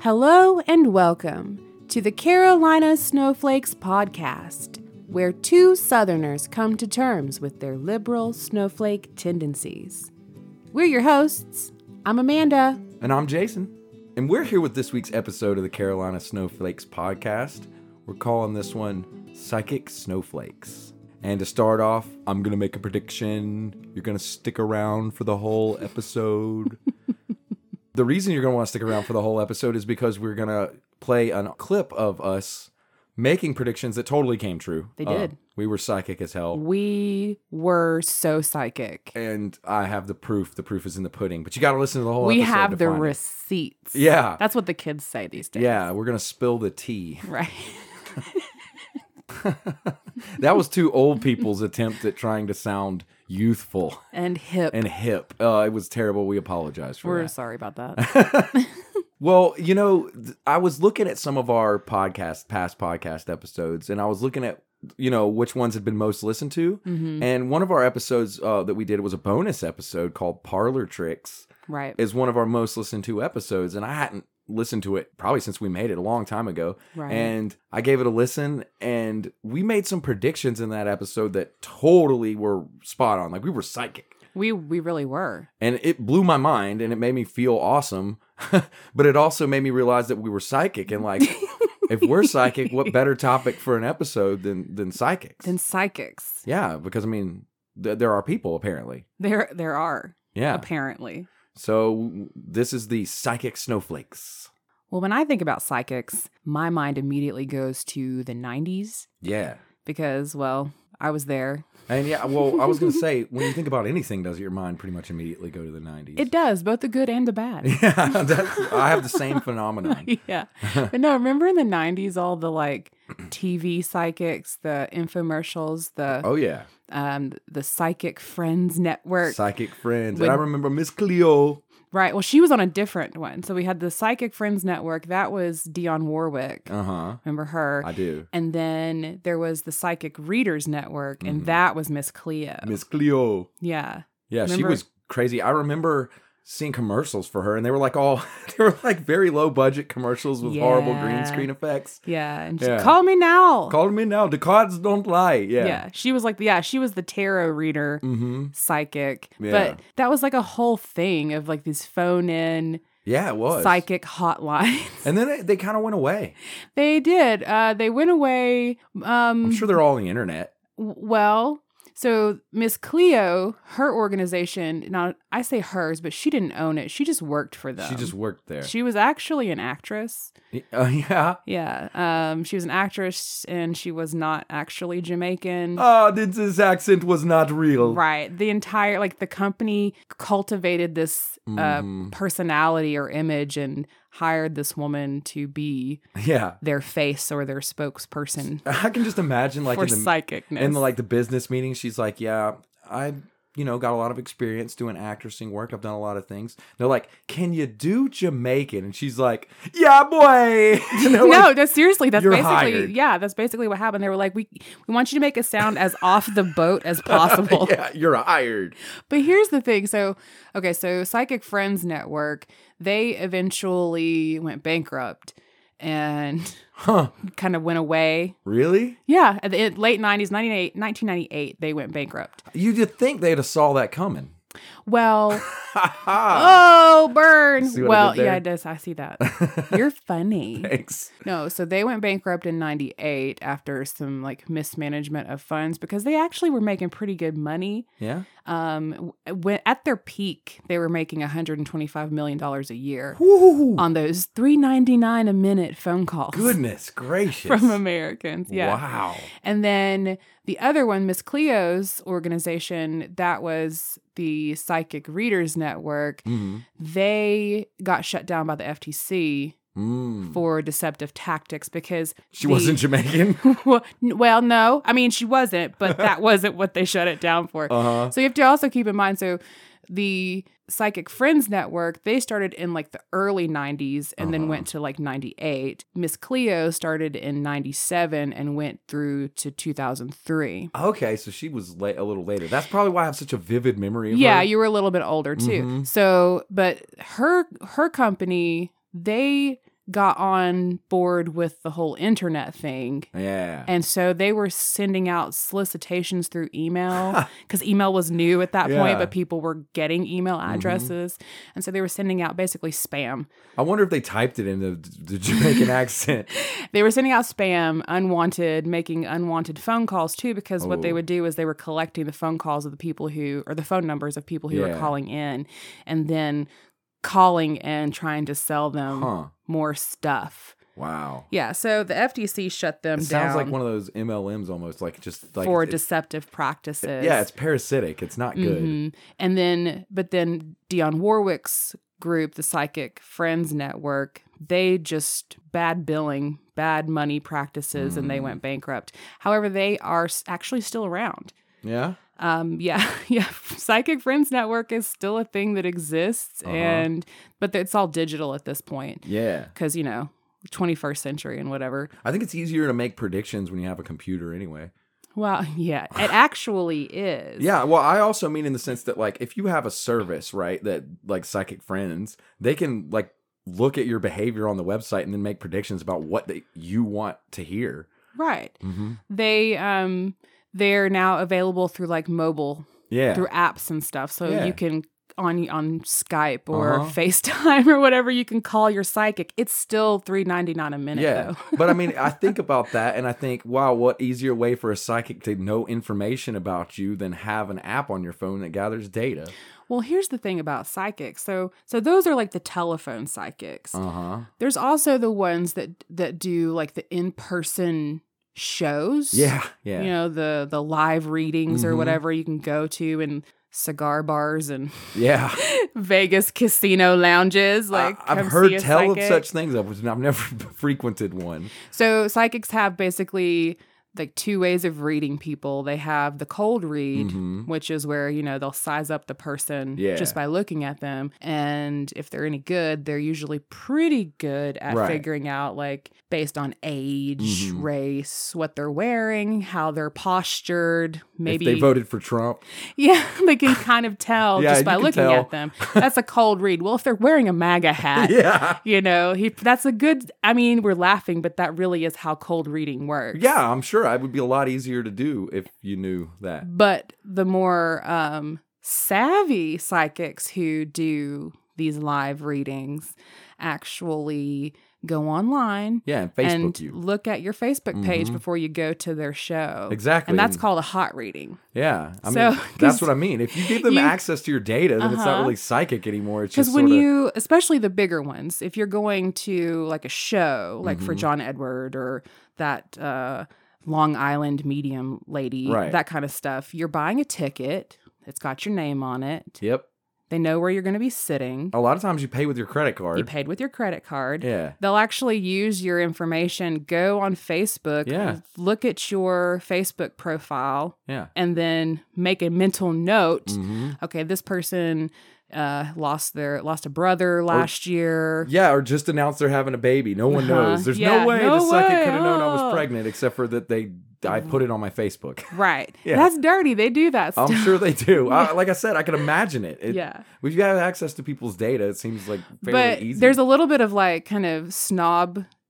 Hello and welcome to the Carolina Snowflakes podcast, where two Southerners come to terms with their liberal snowflake tendencies. We're your hosts. I'm Amanda. And I'm Jason. And we're here with this week's episode of the Carolina Snowflakes podcast. We're calling this one Psychic Snowflakes. And to start off, I'm going to make a prediction. You're going to stick around for the whole episode. the reason you're going to want to stick around for the whole episode is because we're going to play a clip of us making predictions that totally came true. They Uh, did. we were psychic as hell We were so psychic. and I have the proof. The proof is in the pudding. But you got to listen to the whole. We episode to have the find it. receipts. Yeah, That's what the kids say these days. yeah. We're gonna spill the tea. Right. That was two old people's attempt at trying to sound youthful And hip. and hip. Uh, it was terrible. We apologize for we're that. sorry about that. Well, you know, th- I was looking at some of our podcast, past podcast episodes, and I was looking at you know which ones had been most listened to. And one of our episodes uh, that we did was a bonus episode called "Parlor Tricks." right. is one of our most listened to episodes, and I hadn't listened to it probably since we made it a long time ago. Right. And I gave it a listen, and we made some predictions in that episode that totally were spot on. Like we were psychic, We we really were. and it blew my mind, and it made me feel awesome. but it also made me realize that we were psychic, and like. If we're psychic, what better topic for an episode than than psychics? Then psychics. yeah, because I mean, th- there are people apparently. There there are Yeah. apparently. So this is the psychic snowflakes. Well, when I think about psychics, my mind immediately goes to the 90s Yeah. because, well, I was there. And yeah, well, I was going to say, when you think about anything, does your mind pretty much immediately go to the 90s? It does, both the good and the bad. Yeah, that's, I have the same phenomenon. yeah. But no, remember in the 90s, all the like TV psychics, the infomercials, the Oh, yeah. um the psychic friends network Psychic friends. When- and I remember Miss Cleo. right well she was on a different one so we had the psychic friends network that was dion warwick Uh huh. remember her I do. and then there was the psychic readers network and Mhm. that was miss cleo Miss Cleo. yeah Yeah, she Remember- was crazy. I remember seeing commercials for her, and they were like all, they were like very low budget commercials with horrible green Yeah. screen effects. Yeah, and she, Yeah. call me now. Call me now. The cards don't lie. Yeah. yeah. she was like, yeah, she was the tarot reader Mm hmm. psychic, Yeah. but that was like a whole thing of like these phone in Yeah, it was. psychic hotlines. And then it, they kind of went away. they did. Uh, they went away. Um, I'm sure they're all on the internet. w- well. So Miss Cleo, her organization, now I say hers, but she didn't own it. She just worked for them. She just worked there. She was actually an actress. Uh, yeah. Yeah. Um, she was an actress and she was not actually Jamaican. Ah, this, this accent was not real. Right. The entire like the company cultivated this uh, Mhm. personality or image and hired this woman to be Yeah. their face or their spokesperson I can just imagine like for in the psychicness. in the, like the business meeting, she's like, Yeah, I you know, got a lot of experience doing actressing work. I've done a lot of things. They're like, Can you do Jamaican? And she's like, Yeah, boy. And they're no, like, no, seriously, that's "You're basically hired." yeah, that's basically what happened. They were like, we we want you to make a sound as off the boat as possible. Yeah, you're hired. But here's the thing. So, okay, so Psychic Friends Network, they eventually went bankrupt and Huh. kind of went away. Really? Yeah, at the in late 90s, 98 1998, they went bankrupt. You'd just think they'd have saw that coming. Well, Ha ha. oh, burn. Ah. See what I Well, did there? yeah, it does. I see that. You're funny. Thanks. No, so they went bankrupt in 98 after some like mismanagement of funds because they actually were making pretty good money. Yeah. Um when at their peak, they were making 125 million dollars a year Woo. on those 3.99 a minute phone calls Goodness gracious. from Americans. Yeah. Wow. And then the other one, Miss Cleo's organization, that was the Psychic Readers Network. hmm They got shut down by the FTC for deceptive tactics because Hmm. Mm. She the- wasn't Jamaican. well, no, I mean she wasn't, but that wasn't what they shut it down for. Uh huh. So you have to also keep in mind so the Psychic Friends Network, they started in like the early 90s and then Uh-huh. went to like 98. Miss Cleo started in 97 and went through to 2003. Okay, so she was late, a little later. That's probably why I have such a vivid memory. Of Yeah, her. you were a little bit older too. Mhm. So, but her her company, they got on board with the whole internet thing. Yeah. And so they were sending out solicitations through email because email was new at that Yeah. point, but people were getting email addresses. And so they were sending out basically spam. I wonder if they typed it in the, the Jamaican accent. They were sending out spam, unwanted, making unwanted phone calls too, because what they Oh. would do is they were collecting the phone calls of the people who, or the phone numbers of people who were Yeah. calling in and then calling and trying to sell them Huh. more stuff. Wow. Um, Yeah, so the FTC shut them It down sounds like one of those MLMs almost, like just like. for it's- deceptive practices. yeah, it's parasitic. It's not good. Mhm. And then, but then Dionne Warwick's group, the Psychic Friends Network, they just bad billing, bad money practices, Mm. and they went bankrupt. However, they are s- actually still around. Yeah. Um, yeah, yeah. Psychic Friends Network is still a thing that exists, Uh-huh. and but it's all digital at this point Yeah. because you know, 21st century and whatever. I think it's easier to make predictions when you have a computer anyway. Well, yeah, it actually is. Yeah, well, I also mean in the sense that like if you have a service, right, that like psychic friends, they can like look at your behavior on the website and then make predictions about what they, you want to hear. right. Mm-hmm. they um they're now available through like mobile Yeah, through apps and stuff so Yeah. you can on on Skype or Uh-huh. FaceTime or whatever you can call your psychic it's still 3.99 a minute yeah. though but I mean, I think about that and I think, wow, what easier way for a psychic to know information about you than have an app on your phone that gathers data? well here's the thing about psychics so so those are like the telephone psychics Uh huh. there's also the ones that that do like the in-person shows Yeah, yeah. you know the the live readings or Mhm. whatever you can go to and cigar bars and Yeah, Vegas casino lounges. Like I, have come see heard a tell psychic. of such things. I've, I've never frequented one. So psychics have basically like two ways of reading people. They have the cold read. Mhm. Which is where, you know, they'll size up the person Yeah. just by looking at them. And if they're any good, they're usually pretty good at Right. figuring out, like, based on age, Mhm. race, what they're wearing, how they're postured. Maybe If they voted for Trump. Yeah, they can kind of tell Yeah, just by you can looking tell. at them. That's a cold read. Well, if they're wearing a MAGA hat, Yeah. you know, he that's a good I mean, we're laughing, but that really is how cold reading works. Yeah, I'm sure I would be a lot easier to do if you knew that. But the more um savvy psychics who do these live readings actually go online Yeah, and Facebook and you. look at your Facebook page Mhm. before you go to their show. Exactly. And that's called a hot reading. Yeah. I So, mean, 'cause that's what I mean. If you give them you- access to your data, then it's not Uh-huh. really psychic anymore. It's Because just when sorta- you, especially the bigger ones, if you're going to like a show, like for Mhm. John Edward or that uh, Long Island medium lady, Right. that kind of stuff, you're buying a ticket. It's got your name on it. Yep. They know where you're going to be sitting. A lot of times you pay with your credit card. You paid with your credit card. Oh, yeah. They'll actually use your information. Go on Facebook, Yeah. look at your Facebook profile, Yeah. and then make a mental note hmm okay, this person uh, lost their lost a brother Oh, last year. Yeah, or just announce they're having a baby. No one Uh-huh. knows. There's Yeah, no way no the psychic way. Mm-hmm. could have known I Oh. was pregnant except for that they I put it on my Facebook. Right. Yeah. That's dirty. They do that stuff. I'm sure they do. I, like I said, I can imagine it. it yeah. If you have access to people's data, it seems like fairly But easy. there's a little bit of like kind of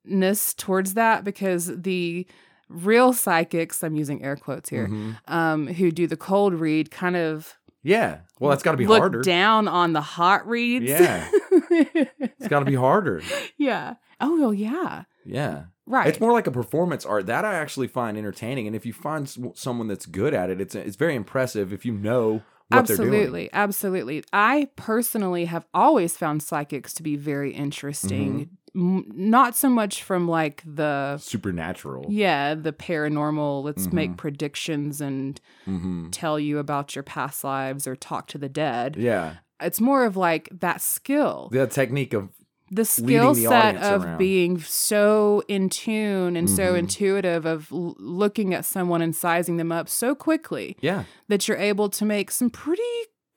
snobness towards that because the real psychics, I'm using air quotes here, Mhm. um, who do the cold read kind of Yeah. Well, that's got to be look harder. down on the hot reads. Yeah. It's got to be harder. yeah. Oh, well, yeah. Yeah. Right. It's more like a performance art that I actually find entertaining. And if you find s- someone that's good at it, it's it's very impressive if you know what absolutely, they're doing. Absolutely. I personally have always found psychics to be very interesting. Mm-hmm. M- not so much from like the Supernatural. yeah, the paranormal, let's make Mhm. predictions and hmm tell you about your past lives or talk to the dead. Yeah. It's more of like that skill. The technique of The leading skill the set audience of around. being so in tune and so Mhm. intuitive of l- looking at someone and sizing them up so quickly yeah. that you're able to make some pretty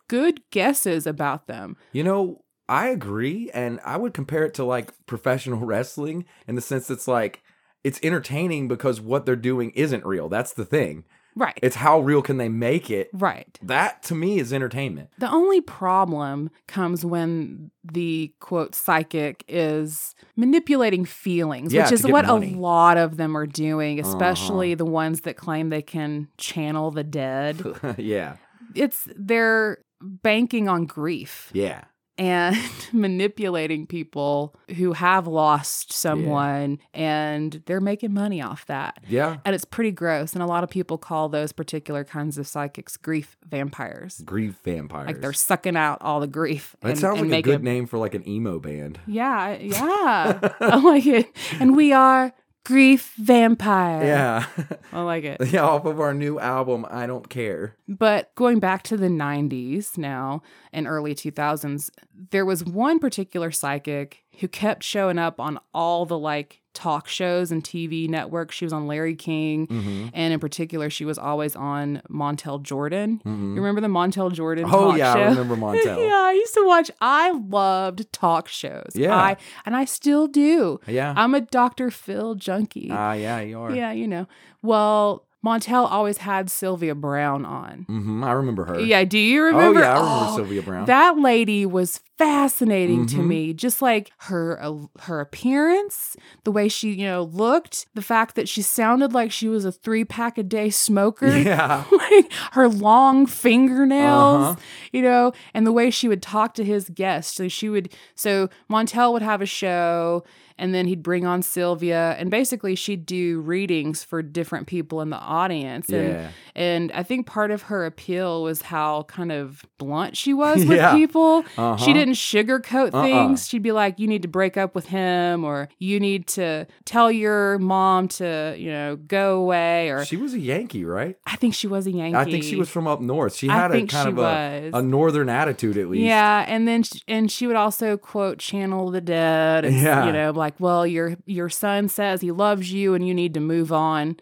good guesses about them. You know, I agree, and I would compare it to like professional wrestling in the sense it's like it's entertaining because what they're doing isn't real. That's the thing. Right. It's how real can they make it? right. That to me is entertainment. The only problem comes when the quote psychic is manipulating feelings, Yeah, which to is get what money. Uh-huh. a lot of them are doing, especially the ones that claim they can channel the dead. yeah. it's they're banking on grief Yeah. and manipulating people who have lost someone and they're making money off that. Yeah. And it's pretty gross. And a lot of people call those particular kinds of psychics grief vampires. Grief vampires. Like they're sucking out all the grief. that and- sounds and like a making good name for like an emo band. Yeah, I- yeah. I like it. And we are grief vampire. Yeah. I like it. yeah, off of our new album, I Don't Care. But going back to the 90s now and early 2000s, there was one particular psychic who kept showing up on all the like talk shows and TV networks. She was on Larry King. Mm-hmm. And in particular, she was always on Montel Jordan. You mm-hmm. remember the Montel Jordan Oh, talk yeah. show? I remember Montel. yeah, I used to watch. I loved talk shows. Yeah. I, and I still do. Yeah. I'm a Dr. Phil junkie. Ah, yeah, you are. Um, yeah, you know. Well, Montel always had Sylvia Brown on. Mm-hmm. I remember her. Yeah, do you remember? Oh, yeah. I remember Oh, Sylvia Brown. That lady was fascinating to Mhm. me. Just like her uh, her appearance, the way she, you know, looked, the fact that she sounded like she was a three pack a day smoker. yeah. like her long fingernails, Uh-huh. you know, and the way she would talk to his guests. So she would, so Montel would have a show, and then he'd bring on Sylvia, and basically she'd do readings for different people in the audience. And Yeah. and I think part of her appeal was how kind of blunt she was with Yeah. people. Uh-huh. She didn't sugarcoat Uh-uh. things. She'd be like, you need to break up with him, or you need to tell your mom to, you know, go away, or She was a Yankee, right? I think she was a Yankee. I think she was from up north. She I had a think kind she of was. a, a northern attitude, at least. Yeah, and then sh and she would also quote channel the dead. And, Yeah. you know, like, well, your your son says he loves you and you need to move on.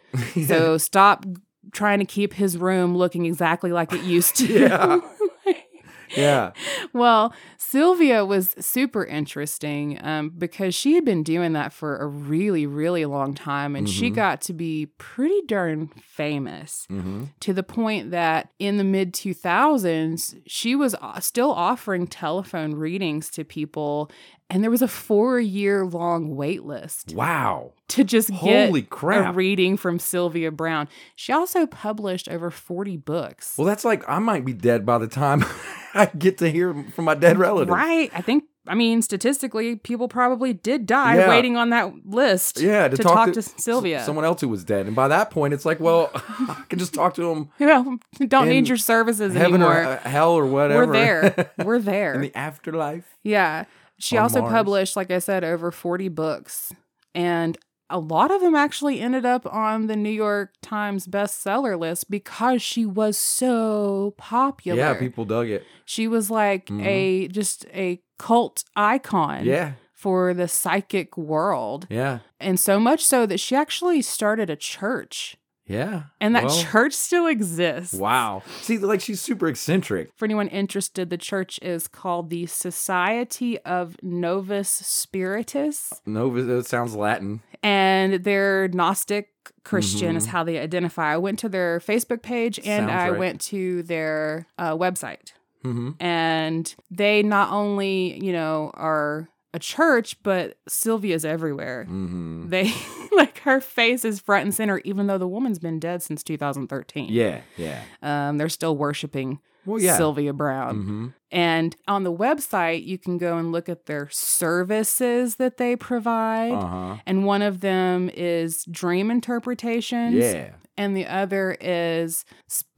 So stop trying to keep his room looking exactly like it used to. Yeah. Yeah. well, Sylvia was super interesting um, because she had been doing that for a really, really long time, and she Mhm. got to be pretty darn famous Mm-hmm. to the point that in the mid 2000s, she was o- still offering telephone readings to people. And there was a four year long wait list Wow. to just get Holy a crap. reading from Sylvia Brown. She also published over 40 books. well, that's like I might be dead by the time I get to hear from my dead relative. right. I think, I mean, statistically, people probably did die Yeah. waiting on that list Yeah, to, to, talk, to, s- Sylvia. someone else who was dead, and by that point, it's like, well, I can just talk to him you know, don't In need your services heaven anymore. or uh, hell or whatever. We're there. We're there. in the afterlife. Yeah. She On also Mars. published, like I said, over 40 books. And a lot of them actually ended up on the New York Times bestseller list because she was so popular. Yeah, people dug it. she was like a just a cult icon Yeah, for the psychic world. yeah, And so much so that she actually started a church. yeah. And that Well, church still exists. Wow. See, like she's super eccentric. For anyone interested, the church is called the Society of Novus Spiritus. No, that sounds Latin. and they're Gnostic Christian is Mhm. how they identify. I went to their Facebook page and Sounds I right. went to their uh, website, hmm and they not only you know are a church, but Sylvia's everywhere. hmm They like her face is front and center, even though the woman's been dead since 2013. Yeah, yeah. um, they're still worshiping Well, yeah. Sylvia Brown. hmm And on the website, you can go and look at their services that they provide. Uh huh. And one of them is dream interpretations. Yeah, And the other is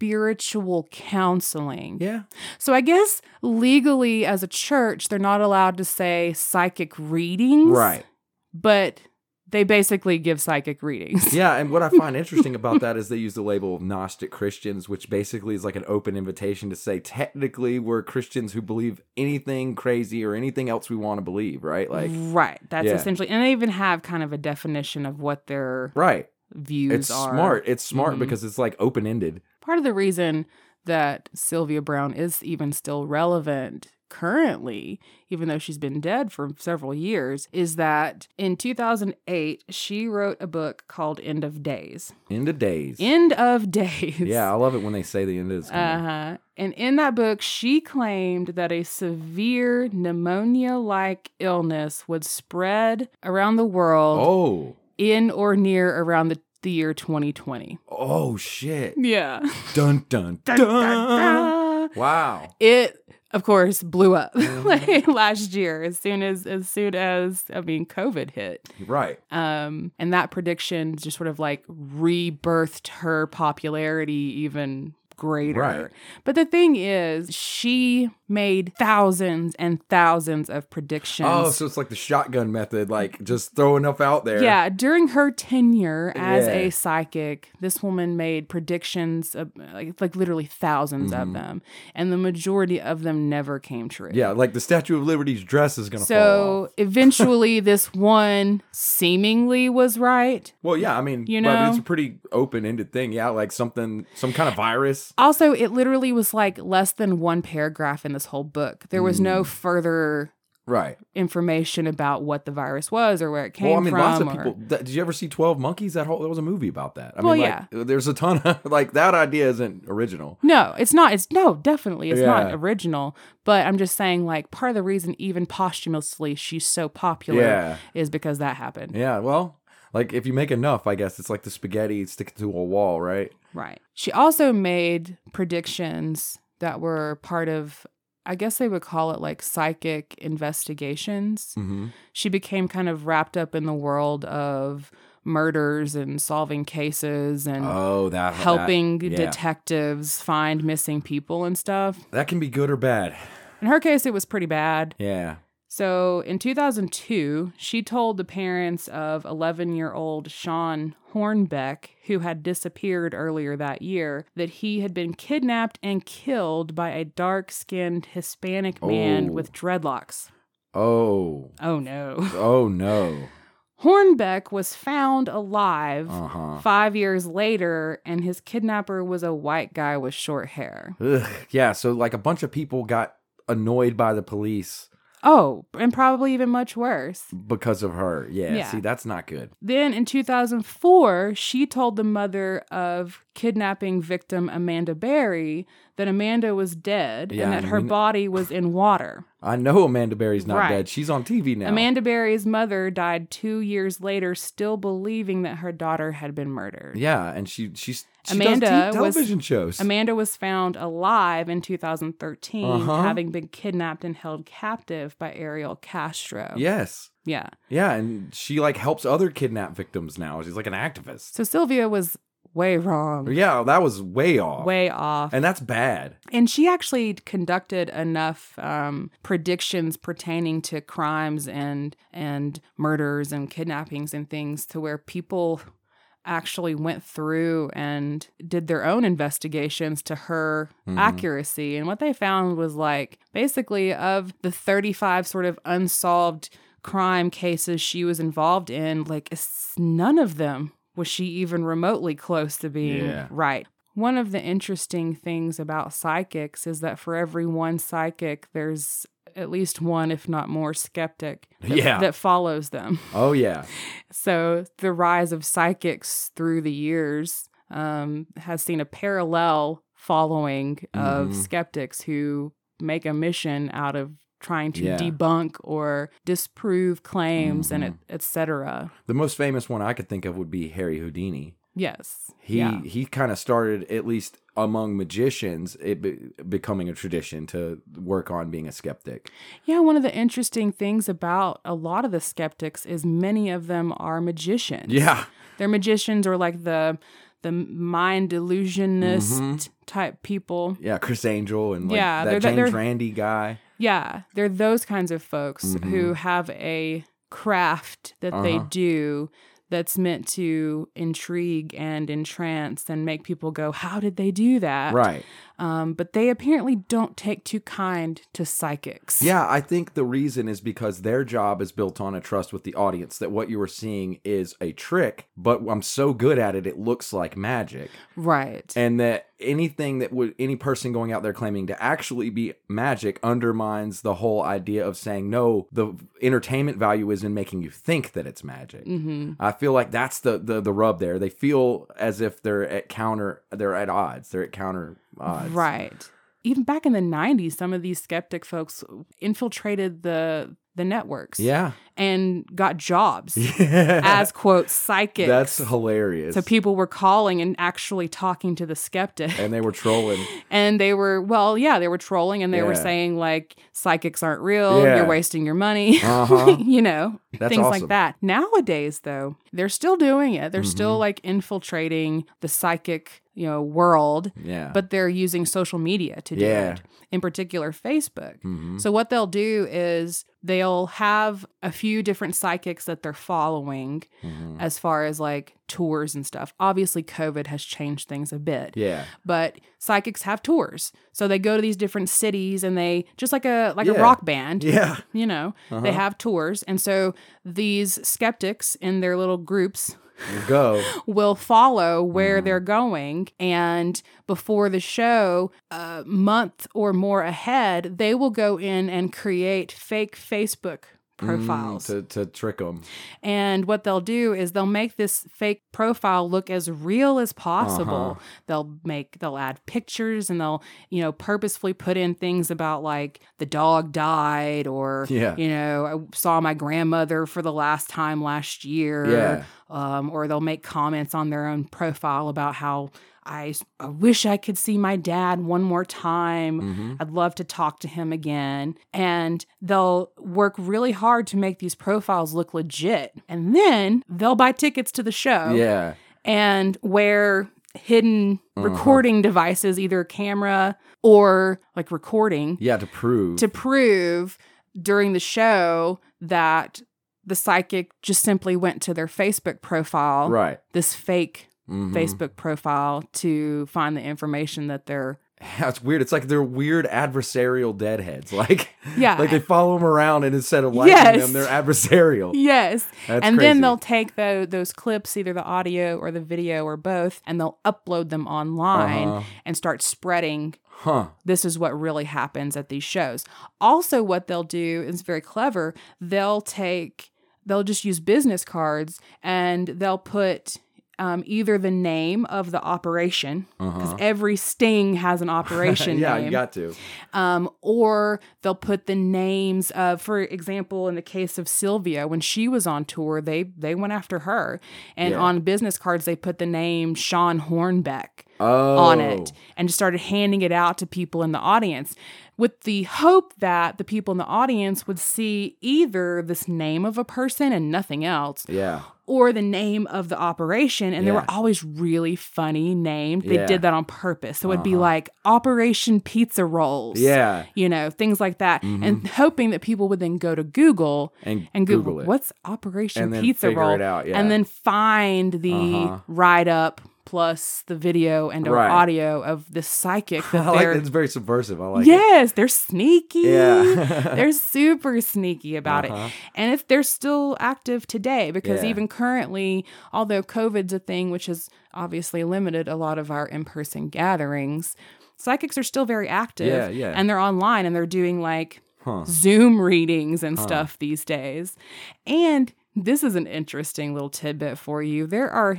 spiritual counseling. yeah. So I guess legally, as a church, they're not allowed to say psychic readings. Right. But they basically give psychic readings. Yeah, and what I find interesting about that is they use the label of Gnostic Christians, which basically is like an open invitation to say technically we're Christians who believe anything crazy or anything else we want to believe, right? Like, right. That's Yeah. essentially, and they even have kind of a definition of what their right. views It's are. smart. It's smart Mhm. because it's like open ended. Part of the reason that Sylvia Brown is even still relevant currently, even though she's been dead for several years, is that in 2008, she wrote a book called End of Days. End of days. End of Days. yeah, I love it when they say the end is Uh coming. huh. And in that book, she claimed that a severe pneumonia like illness would spread around the world oh. in or near around the, the year 2020. Oh shit. Yeah. Dun dun dun. Ah. Wow. It, of course, blew up Mm-hmm. like last year as soon as, as soon as, I mean, COVID hit. You're right. Mm-hmm. Um, and that prediction just sort of like rebirthed her popularity even greater. Right. But the thing is, she made thousands and thousands of predictions. Oh, so it's like the shotgun method, like just throw enough out there. yeah, during her tenure as Yeah. a psychic, this woman made predictions of like, like literally 1000s Mm-hmm. of them, and the majority of them never came true. Yeah, like the Statue of Liberty's dress is gonna fall off. So eventually, this one seemingly was right. Well, yeah, I mean, You but it's know? a pretty open-ended thing. Yeah, like something, some kind of virus. Also, it literally was like less than one paragraph in this whole book. There was no Mm. further Right. information about what the virus was or where it came well, I mean, from. lots of or- people. That, did you ever see Twelve Monkeys? That whole there was a movie about that. I Well, mean, like, There's a ton of like that idea isn't original. No, it's not. It's no, definitely, it's not Yeah. original. But I'm just saying, like, part of the reason, even posthumously, she's so popular Yeah. is because that happened. Yeah. Well, like if you make enough, I guess it's like the spaghetti sticking to a wall, right? Right. She also made predictions that were part of, I guess they would call it like psychic investigations. Mm-hmm. she became kind of wrapped up in the world of murders and solving cases and Oh, that that- helping yeah. detectives find missing people and stuff. That can be good or bad. In her case, it was pretty bad. Yeah. So in 2002, she told the parents of 11 year old Sean Hornbeck, who had disappeared earlier that year, that he had been kidnapped and killed by a dark skinned Hispanic man Oh. with dreadlocks. Oh. Oh no. Oh no. Hornbeck was found alive Uh huh. five years later, and his kidnapper was a white guy with short hair. Ugh. Yeah. So like a bunch of people got annoyed by the police Oh, and probably even much worse. because of her. Yeah. Yeah. See, that's not good. Then in 2004, she told the mother of kidnapping victim Amanda Berry that Amanda was dead Yeah, and that I her mean- body was in water. I know Amanda Berry's not Right. dead. She's on TV now. Amanda Berry's mother died two years later, still believing that her daughter had been murdered. Yeah, and she she's she Amanda does t- was- television shows. Amanda was found alive in 2013, Uh-huh. having been kidnapped and held captive by Ariel Castro. yes. Yeah. Yeah, and she like helps other kidnap victims now. She's like an activist. So Sylvia was way wrong, Yeah, that was way off. way off. and that's bad. And she actually conducted enough um, predictions pertaining to crimes and and murders and kidnappings and things to where people actually went through and did their own investigations to her Mhm. accuracy. And what they found was like basically of the 35 sort of unsolved crime cases she was involved in, like s- none of them was she even remotely close to being Yeah. right. One of the interesting things about psychics is that for every one psychic, there's at least one, if not more, skeptic that- Yeah. that follows them. Oh yeah. So the rise of psychics through the years um, has seen a parallel following of Mhm. skeptics who make a mission out of trying to Yeah. Mm-hmm. debunk or disprove claims and et, et cetera. The most famous one I could think of would be Harry Houdini. Yes. He yeah. he kind of started at least among magicians it be- becoming a tradition to work on being a skeptic. Yeah, one of the interesting things about a lot of the skeptics is many of them are magicians. Yeah. They're magicians or like the the mind illusionist Mm-hmm. type people. Yeah, Chris Angel and like Yeah, that they're- James they're- Randy guy. Yeah, they're those kinds of folks who have a craft that they Mm-hmm. Uh-huh. do that's meant to intrigue and entrance and make people go, How did they do that? Right. Um, but they apparently don't take too kind to psychics. Yeah, I think the reason is because their job is built on a trust with the audience that what you are seeing is a trick, but I'm so good at it, it looks like magic. Right. And that anything that would any person going out there claiming to actually be magic undermines the whole idea of saying, no, the entertainment value is in making you think that it's magic. mm-hmm. I feel like that's the, the the rub there. They feel as if they're at counter, they're at odds, they're at counter odds. Right. Even back in the 90s, some of these skeptic folks infiltrated the the networks Yeah. and got jobs Yeah. as quote psychics. That's hilarious. so people were calling and actually talking to the skeptic. and they were trolling. And they were, well, yeah, they were trolling and they were Yeah. saying, like, psychics aren't real, Yeah. you're wasting your money, Uh-huh. you know, That's things awesome. like that. Nowadays, though, they're still doing it. They're Mm-hmm. still like infiltrating the psychic, you know, world, Yeah. but they're using social media to do Yeah. it, in particular, Facebook. Mhm. So, what they'll do is they'll have a few different psychics that they're following Mhm. as far as like tours and stuff. Obviously, COVID has changed things a bit yeah. but psychics have tours. So they go to these different cities and they just like a like Yeah. a rock band, Yeah. Uh-huh. you know. They have tours and so these skeptics in their little groups We'll go. will follow where they're going and before the show a month or more ahead, they will go in and create fake Facebook profiles. Mm-hmm. to, to trick them. And what they'll do is they'll make this fake profile look as real as possible. Uh-huh. They'll make they'll add pictures and they'll, you know, purposefully put in things about like the dog died or Yeah. you know, I saw my grandmother for the last time last year. Yeah. Um, or they'll make comments on their own profile about how I, s- I wish I could see my dad one more time. hmm I'd love to talk to him again. And they'll work really hard to make these profiles look legit. And then they'll buy tickets to the show Yeah. and wear hidden Uh-huh. recording devices, either a camera or like recording, Yeah. To prove. to prove during the show that the psychic just simply went to their Facebook profile, right. this fake Mhm. Facebook profile, to find the information that they're. That's weird. It's like they're weird adversarial deadheads. Like, Yeah. like they follow them around, and instead of liking Yes. them, they're adversarial. Yes. That's and crazy. then they'll take tho- those clips, either the audio or the video or both, and they'll upload them online Uh-huh. and start spreading. huh? This is what really happens at these shows. Also, what they'll do is very clever. They'll take, they'll just use business cards and they'll put um, either the name of the operation, because every sting has an operation Uh-huh. yeah, name you got to. um, or they'll put the names of, for example, in the case of Sylvia, when she was on tour, they they went after her, and Yeah. on business cards they put the name Sean Hornbeck Oh, on it, and just started handing it out to people in the audience, with the hope that the people in the audience would see either this name of a person and nothing else, Yeah. or the name of the operation. And they Yeah. were always really funny named. They Yeah. did that on purpose. So it'd be Uh-huh. like Operation Pizza Rolls Yeah. Mm-hmm. you know, things like that, and hoping that people would then go to Google And, and Google, it. what's Operation And then Pizza figure Roll, it out, yeah. and then find the Uh-huh. write up plus the video and or Right. audio of the psychic that I like they're. it. It's very subversive. I like yes, they're sneaky. it. Yeah. they're super sneaky about Uh-huh. it, and if they're still active today, because Yeah. even currently, although COVID's a thing which has obviously limited a lot of our in person gatherings. Psychics are still very active Yeah, yeah. and they're online and they're doing like Huh. Zoom readings and stuff these days. And this is an interesting little tidbit for you. There are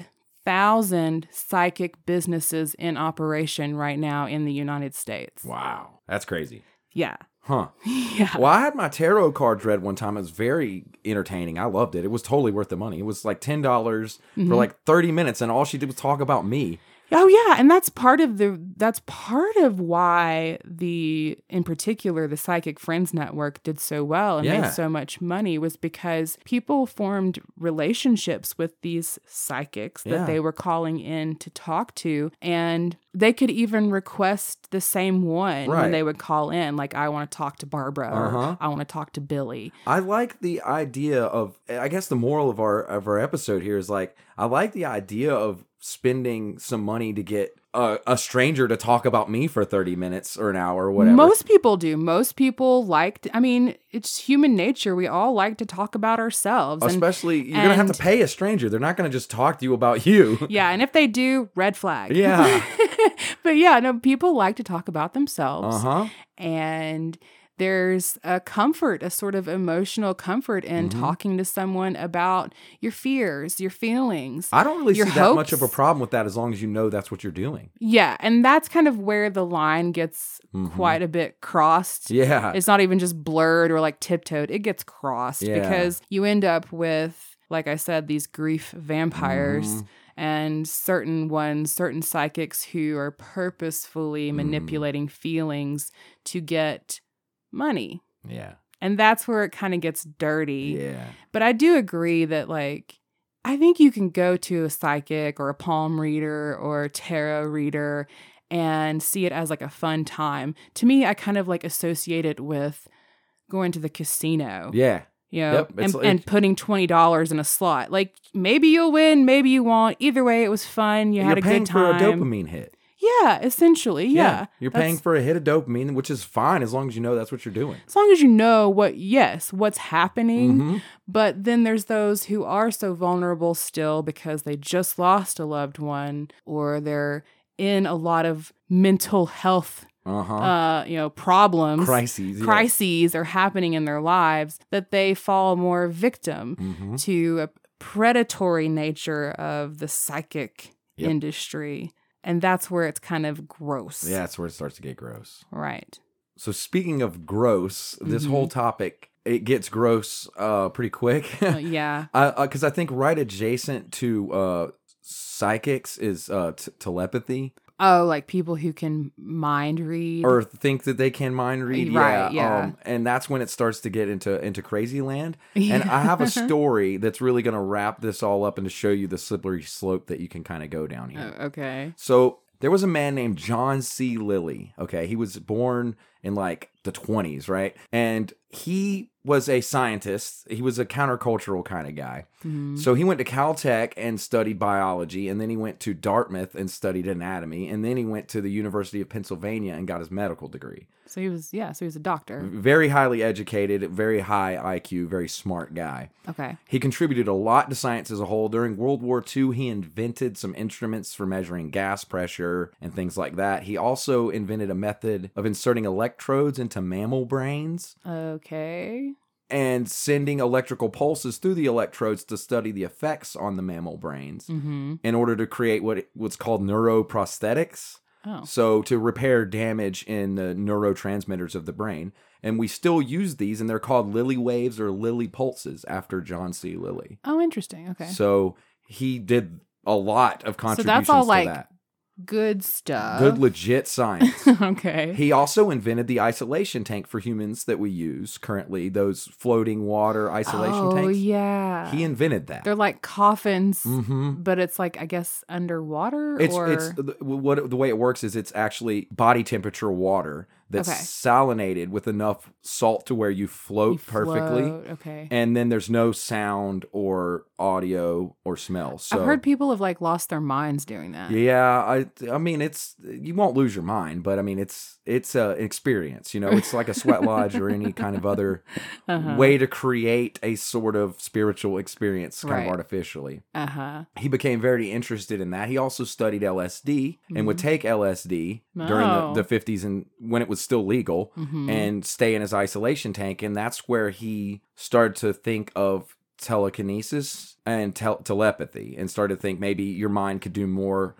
95,000 psychic businesses in operation right now in the United States. Wow. That's crazy. Yeah. Huh. Yeah. Well, I had my tarot cards read one time. It was very entertaining. I loved Mm-hmm. it. It was totally worth the money. It was like ten dollars for like thirty minutes, and all she did was talk about me. Oh yeah, and that's part of the that's part of why the in particular the Psychic Friends Network did so well and Yeah. made so much money was because people formed relationships with these psychics Yeah. that they were calling in to talk to and they could even request the same one Right. when they would call in like I want to talk to Barbara Uh-huh. or I want to talk to Billy. I like the idea of I guess the moral of our of our episode here is like I like the idea of spending some money to get a, a stranger to talk about me for 30 minutes or an hour or whatever. Most people do. Most people like to- I mean, it's human nature. We all like to talk about Oh, ourselves and Especially you're going to have and- to pay a stranger. They're not going to just talk to you about you. Yeah, and if they do, red flag. Yeah. but yeah, no, people like to talk about themselves. Uh-huh. And there's a comfort, a sort of emotional comfort in Mm-hmm. talking to someone about your fears, your feelings. I don't really Your see that much of hopes? a problem with that as long as you know that's what you're doing. yeah, and that's kind of where the line gets Mhm. quite a bit crossed. Yeah. It's not even just blurred or like tiptoed, it gets crossed Yeah. because you end up with, like I said, these grief vampires Mhm. and certain ones, certain psychics who are purposefully Mm. manipulating feelings to get money. Mm-hmm. Yeah. And that's where it kind of gets dirty. Yeah. But I do agree that, like, I think you can go to a psychic or a palm reader or a tarot reader and see it as like a fun time. To me, I kind of like associate it with going to the casino, Yeah. you know, Yep, it's and, like- and putting $20 in a slot. Like, maybe you'll win, maybe you won't. Either way, it was fun. You You're had a paying good time. for a dopamine hit. Yeah, essentially. Yeah. You're That's- paying for a hit of dopamine, which is fine as long as you know that's what you're doing. As long as you know what, yes, what's happening. Mhm. But then there's those who are so vulnerable still because they just lost a loved one or they're in a lot of mental health Uh-huh. uh you know problems Crises. yeah. crises are happening in their lives that they fall more victim Mhm. to a predatory nature of the psychic Yep. industry and that's where it's kind of gross Yeah, that's where it starts to get gross. right So speaking of gross, this Mhm. whole topic it gets gross uh pretty quick. Uh, yeah Because I think right adjacent to uh psychics is uh t- telepathy oh like people who can mind read or think that they can mind read. um, Right, yeah. and that's when it starts to get into into crazy land. And Yeah. I have a story that's really going to wrap this all up and to show you the slippery slope that you can kind of go down here. Oh, okay So there was a man named John C. Lilly. Okay. He was born in like the 20s, right? And he was a scientist. He was a countercultural kind of guy. Mhm. So he went to Caltech and studied biology. And then he went to Dartmouth and studied anatomy. And then he went to the University of Pennsylvania and got his medical degree. So he was, yeah, so he was a doctor. Very highly educated, very high IQ, very smart guy. Okay. He contributed a lot to science as a whole. During World War II, he invented some instruments for measuring gas pressure and things like that. He also invented a method of inserting electrodes into mammal brains Okay. and sending electrical pulses through the electrodes to study the effects on the mammal brains Mm-hmm. in order to create what what's called neuroprosthetics. Oh. So to repair damage in the neurotransmitters of the brain. And we still use these, and they're called Lilly waves or Lilly pulses after John C. Lilly. Oh, interesting. Okay. So he did a lot that's of contributions all, to like, uh, that. Good stuff. Good legit science. okay. he also invented the isolation tank for humans that we use currently, those floating water isolation oh, tanks. yeah. He invented that. They're like coffins, hmm but it's like, I guess, underwater It's or. it's the- what the way it works is it's actually body temperature water that's Okay. salinated with enough salt to where you float you perfectly, float. Okay. and then there's no sound or audio or smell. So I've heard people have like lost their minds doing that. Yeah, I I mean it's you won't lose your mind, but I mean it's it's a experience, you know. It's like a sweat lodge or any kind of other Uh-huh. way to create a sort of spiritual experience kind Right. of artificially. Uh huh. He became very interested in that. He also studied LSD and would take LSD Mm-hmm. Oh. during the, the 50s and when it was still legal Mm-hmm. and stay in his isolation tank. And that's where he started to think of telekinesis and tel- telepathy and started to think maybe your mind could do more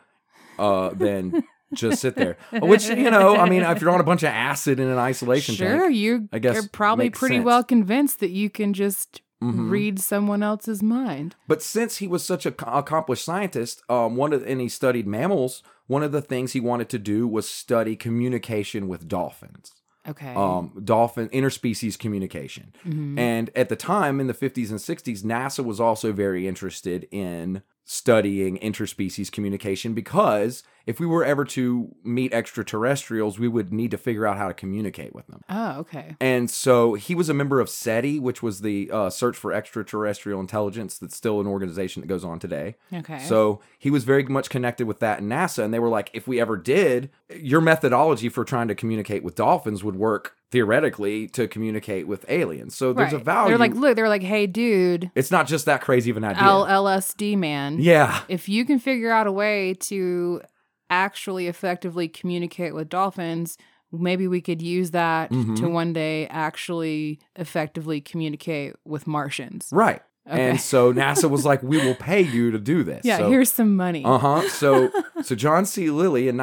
uh, than just sit there. Which, you know, I mean, if you're on a bunch of acid in an isolation sure, tank. you I guess are probably makes pretty sense. Mm-hmm. well convinced that you can just read someone else's mind. But since he was such an accomplished scientist, um, one of, and he studied mammals, one of the things he wanted to do was study communication with dolphins. Okay. Um, dolphin interspecies communication, and at the time in the 50s and 60s, NASA was also very interested in studying interspecies communication because if we were ever to meet extraterrestrials, we would need to figure out how to communicate with them. oh, okay. And so he was a member of SETI, which was the uh, Search for Extraterrestrial Intelligence, that's still an organization that goes on today. Okay. So he was very much connected with that and NASA. And they were like, if we ever did, your methodology for trying to communicate with dolphins would work theoretically to communicate with aliens. So there's a Right. value. They're like, look, they're like, hey, dude, it's not just that crazy of an idea. L LSD man. yeah. If you can figure out a way to actually effectively communicate with dolphins, maybe we could use that Mhm. to one day actually effectively communicate with Martians. Right. Okay. And so NASA was like, we will pay you to do this. Yeah, So- here's some money. Uh huh. So, so John C. Lilly in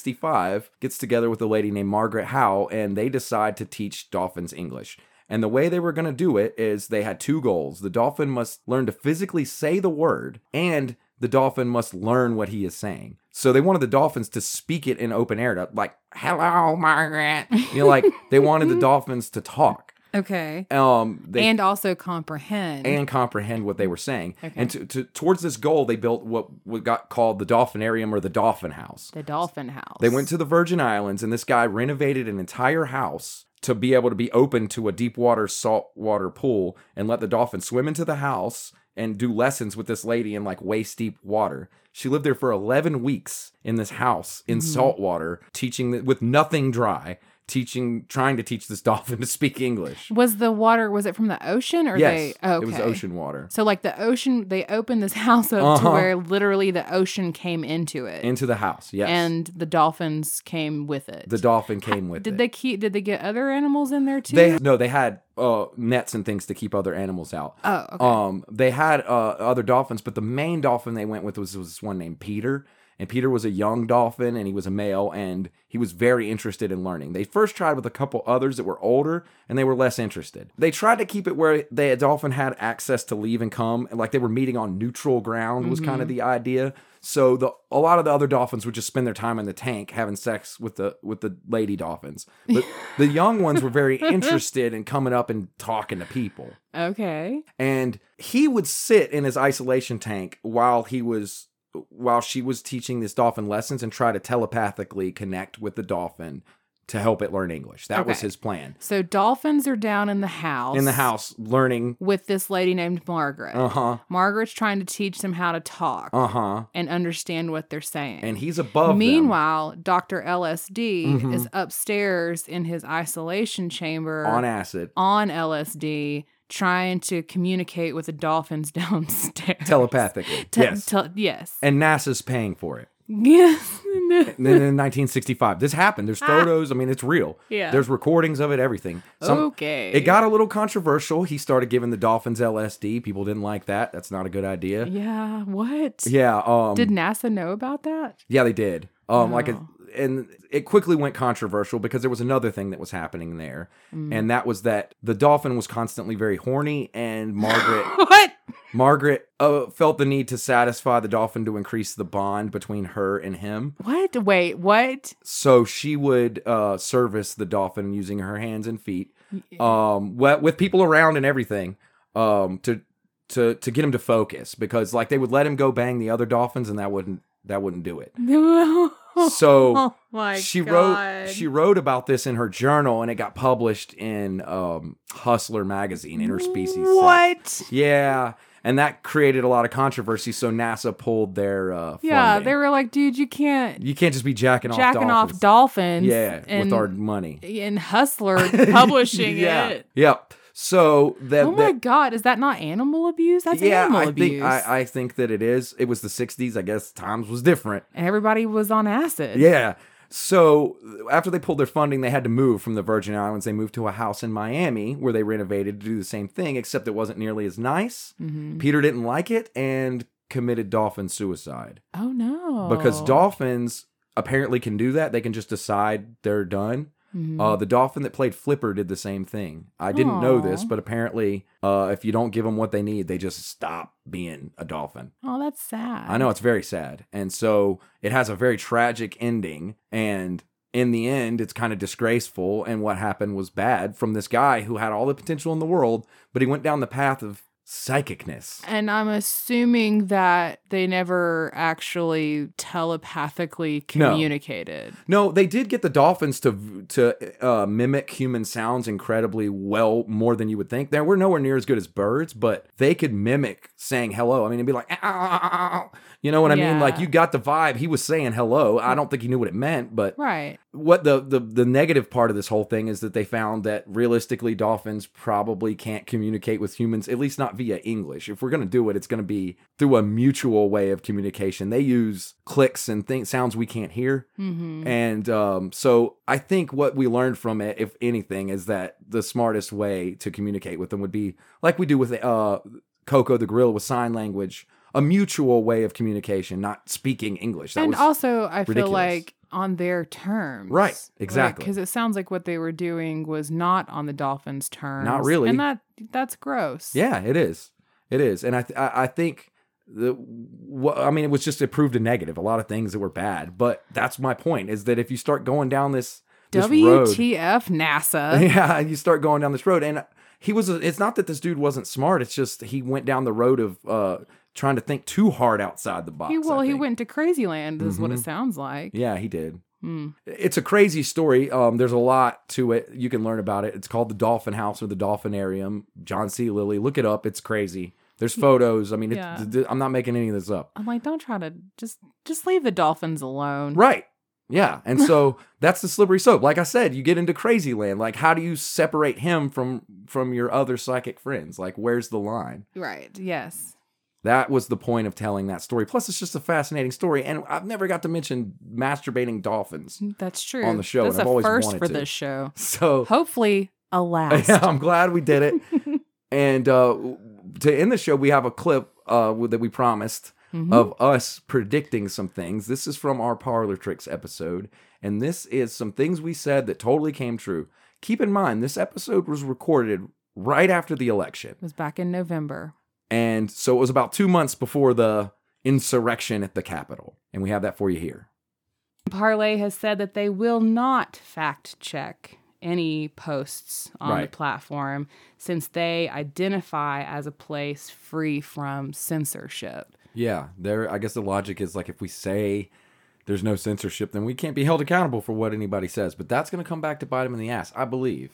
1965 gets together with a lady named Margaret Howe, and they decide to teach dolphins English. And the way they were going to do it is they had two goals: the dolphin must learn to physically say the word, and the dolphin must learn what he is saying. So they wanted the dolphins to speak it in open air, to, like "Hello, Margaret." You know, like they wanted the dolphins to talk. okay. Um, they and also comprehend. and comprehend what they were saying. Okay. And to, to, towards this goal, they built what, what got called the Dolphinarium or the Dolphin House. the dolphin house. They went to the Virgin Islands, and this guy renovated an entire house to be able to be open to a deep water saltwater pool and let the dolphins swim into the house and do lessons with this lady in like waist deep water. She lived there for 11 weeks in this house in Mm-hmm. salt water, teaching the, with nothing dry, teaching, trying to teach this dolphin to speak English. Was the water was it from the ocean or Yes, they okay. it was ocean water. So like the ocean they opened this house up to Uh-huh. where literally the ocean came into it Into the house, yes. and the dolphins came with it. the dolphin came with did it. they keep did they get other animals in there too? They no, they had uh, nets and things to keep other animals out. oh, okay. Um, they had uh, other dolphins, but the main dolphin they went with was, was this one named Peter. And Peter was a young dolphin, and he was a male, and he was very interested in learning. They first tried with a couple others that were older, and they were less interested. They tried to keep it where the dolphin had access to leave and come, and like they were meeting on neutral ground was kind of the idea. So the a lot of the other dolphins would just spend their time in the tank having sex with the with the lady dolphins, but the young ones were very interested in coming up and talking to people okay. and he would sit in his isolation tank while he was while she was teaching this dolphin lessons and try to telepathically connect with the dolphin to help it learn English. That was Okay. his plan. So dolphins are down in the house. In the house learning with this lady named Margaret. uh-huh Margaret's trying to teach them how to talk uh-huh and understand what they're saying. and he's above them. Mm-hmm. Meanwhile, Dr. LSD is upstairs in his isolation chamber on acid on LSD trying to communicate with the dolphins downstairs. telepathically. Te- yes. te- yes. and NASA's paying for it. yes. And then in 1965 this happened. There's photos, I mean it's real. Ah. Yeah. There's recordings of it, everything. Some, okay. It got a little controversial. He started giving the dolphins LSD. People didn't like that. That's not a good idea. Yeah, what? Yeah. Um, Did Oh. NASA know about that? yeah, they did. Um, like, a, and it quickly went controversial because there was another thing that was happening there, Mm. and that was that the dolphin was constantly very horny, and Margaret What? Margaret uh, felt the need to satisfy the dolphin to increase the bond between her and him. What? Wait, what? So she would uh, service the dolphin using her hands and feet, um, wh- with people around and everything, um, to to to get him to focus because like they would let him go bang the other dolphins, and that wouldn't that wouldn't do it. So oh my she God. wrote she wrote about this in her journal and it got published in um, hustler magazine interspecies sex. What? yeah and that created a lot of controversy so nasa pulled their uh Yeah, funding. they were like, dude, you can't you can't just be jacking, jacking off, off dolphins. dolphins. yeah and, with our money and Hustler publishing yeah it. yep so that Oh my God, is that not animal abuse? That's yeah, animal I abuse. think I, I think that it is. It was the '60s. I guess times was different. and everybody was on acid. Yeah. So after they pulled their funding, they had to move from the Virgin Islands. They moved to a house in Miami where they renovated to do the same thing, except it wasn't nearly as nice. Mhm. Peter didn't like it and committed dolphin suicide Oh no. because dolphins apparently can do that. They can just decide they're done. Mm-hmm. Uh, the dolphin that played Flipper did the same thing. I didn't know this, Aw. but apparently, uh, if you don't give them what they need, they just stop being a dolphin. Oh, that's sad. I know it's very sad. And so it has a very tragic ending. And in the end, it's kind of disgraceful. And what happened was bad from this guy who had all the potential in the world, but he went down the path of psychicness. And I'm assuming that they never actually telepathically No. communicated. No, they did get the dolphins to to uh, mimic human sounds incredibly well, more than you would think. They were nowhere near as good as birds, but they could mimic saying hello. I mean, it'd be like, "Ow, ow, ow, ow." you know what I mean? Yeah. Like you got the vibe. He was saying hello. I don't think he knew what it meant, but Right. what the, the the negative part of this whole thing is that they found that realistically dolphins probably can't communicate with humans at least not via english if we're going to do it it's going to be through a mutual way of communication they use clicks and things sounds we can't hear Mm-hmm. and um, so I think what we learned from it, if anything, is that the smartest way to communicate with them would be like we do with uh, Coco the gorilla with sign language, a mutual way of communication, not speaking English. That and was also, I feel ridiculous. like on their terms. Right, exactly. Because it sounds like what they were doing was not on the dolphins' terms. really. And that that's gross. yeah, it is, it is, and I th- I, I think the wha- I mean it was just it proved a negative. A lot of things that were bad, but that's my point is that if you start going down this, this road, WTF NASA. yeah, and you start going down this road. And he was, it's not that this dude wasn't smart. It's just he went down the road of uh, trying to think too hard outside the box. He, well, I he think. went to crazy land, is what it Mhm. sounds like. Yeah, he did. Hmm. It's a crazy story. Um, there's a lot to it. You can learn about it. It's called the Dolphin House or the Dolphinarium. John C. Lilly. Look it up. It's crazy. There's photos. I mean, it's, Hmm. Yeah. th- I'm not making any of this up. I'm like, don't try to just just leave the dolphins alone. Right. Yeah. And so that's the slippery slope. Like I said, you get into crazy land. Like, how do you separate him from from your other psychic friends? Like, where's the line? Right. Yes. That was the point of telling that story. Plus, it's just a fascinating story, and I've never got to mention masturbating dolphins. That's true. On the show, That's and I've a always first wanted for to. this show. So Hopefully, alas. yeah, I'm glad we did it. and uh, to end the show, we have a clip uh, that we promised Mhm. of us predicting some things. This is from our parlor tricks episode, and this is some things we said that totally came true. Keep in mind, this episode was recorded right after the election. It was back in November. And so it was about two months before the insurrection at the Capitol. And we have that for you here. Parlay has said that they will not fact check any posts on the Right. platform since they identify as a place free from censorship. Yeah, there. I guess the logic is like if we say there's no censorship, then we can't be held accountable for what anybody says. But that's going to come back to bite him in the ass, I believe.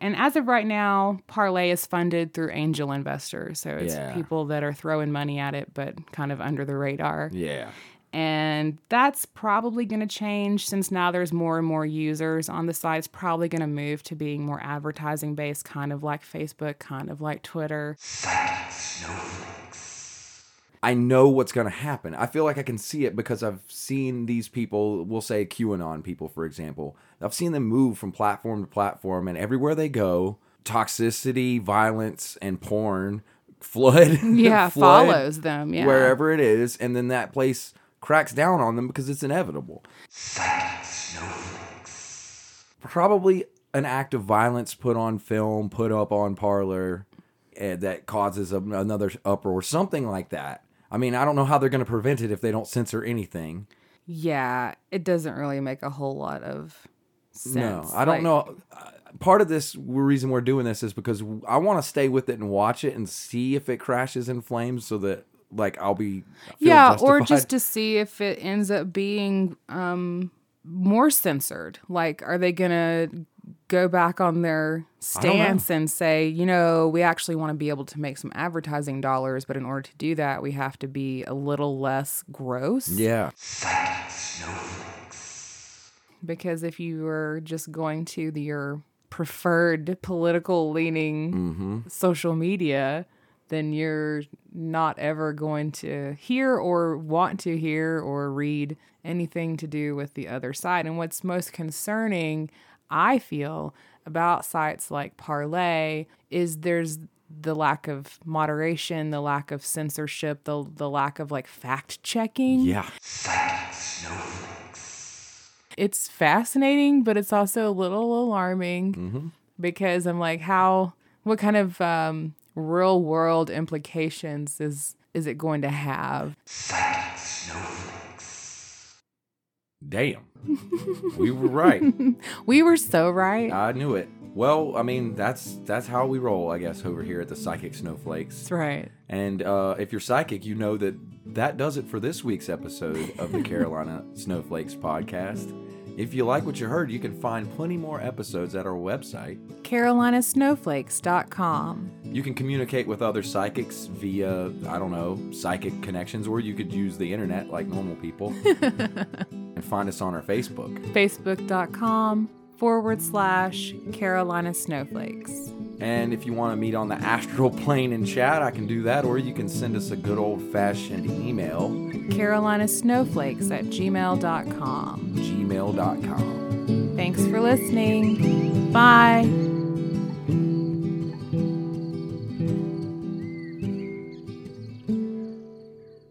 And as of right now, Parlay is funded through angel investors. So it's Yeah. people that are throwing money at it, but kind of under the radar. Yeah, And that's probably going to change since now there's more and more users on the site. It's probably going to move to being more advertising based, kind of like Facebook, kind of like Twitter. I know what's going to happen. I feel like I can see it because I've seen these people. We'll say QAnon people, for example. I've seen them move from platform to platform, and everywhere they go, toxicity, violence, and porn flood. Yeah, flood follows them. Yeah. wherever it is, and then that place cracks down on them because it's inevitable. Probably an act of violence put on film, put up on parlor, eh, that causes a, another uproar, something like that. I mean, I don't know how they're going to prevent it if they don't censor anything. Yeah, it doesn't really make a whole lot of sense. No, I don't Like, know. Uh, Part of this reason we're doing this is because I want to stay with it and watch it and see if it crashes in flames, so that like I'll be feel Yeah, or justified. just to see if it ends up being um, more censored. Like, are they going to go back on their know. stance and say, you know, we actually want to be able to make some advertising dollars, but in order to do that, we have to be a little less gross? yeah. Because if you were just going to the, your preferred political leaning social media, then you're not ever going to hear or want to hear or read anything to do with the other side. And what's most concerning, I feel, about sites like Parlay is there's the lack of moderation, the lack of censorship, the the lack of like fact checking. Yeah. It's fascinating, but it's also a little alarming because I'm like, how, what kind of um, real world implications is is it going to have? Damn. we were right. We were so right. I knew it. Well, I mean, that's that's how we roll, I guess, over here at the Psychic Snowflakes. That's right. And uh, if you're psychic, you know that that does it for this week's episode of the Carolina Snowflakes podcast. If you like what you heard, you can find plenty more episodes at our website. carolinasnowflakes.com. You can communicate with other psychics via, I don't know, psychic connections, or you could use the internet like normal people. and find us on our Facebook. Facebook.com forward slash Carolina Snowflakes. And if you want to meet on the astral plane and chat, I can do that, or you can send us a good old fashioned email, Carolina Snowflakes at gmail.com. gmail.com. Thanks for listening. Bye.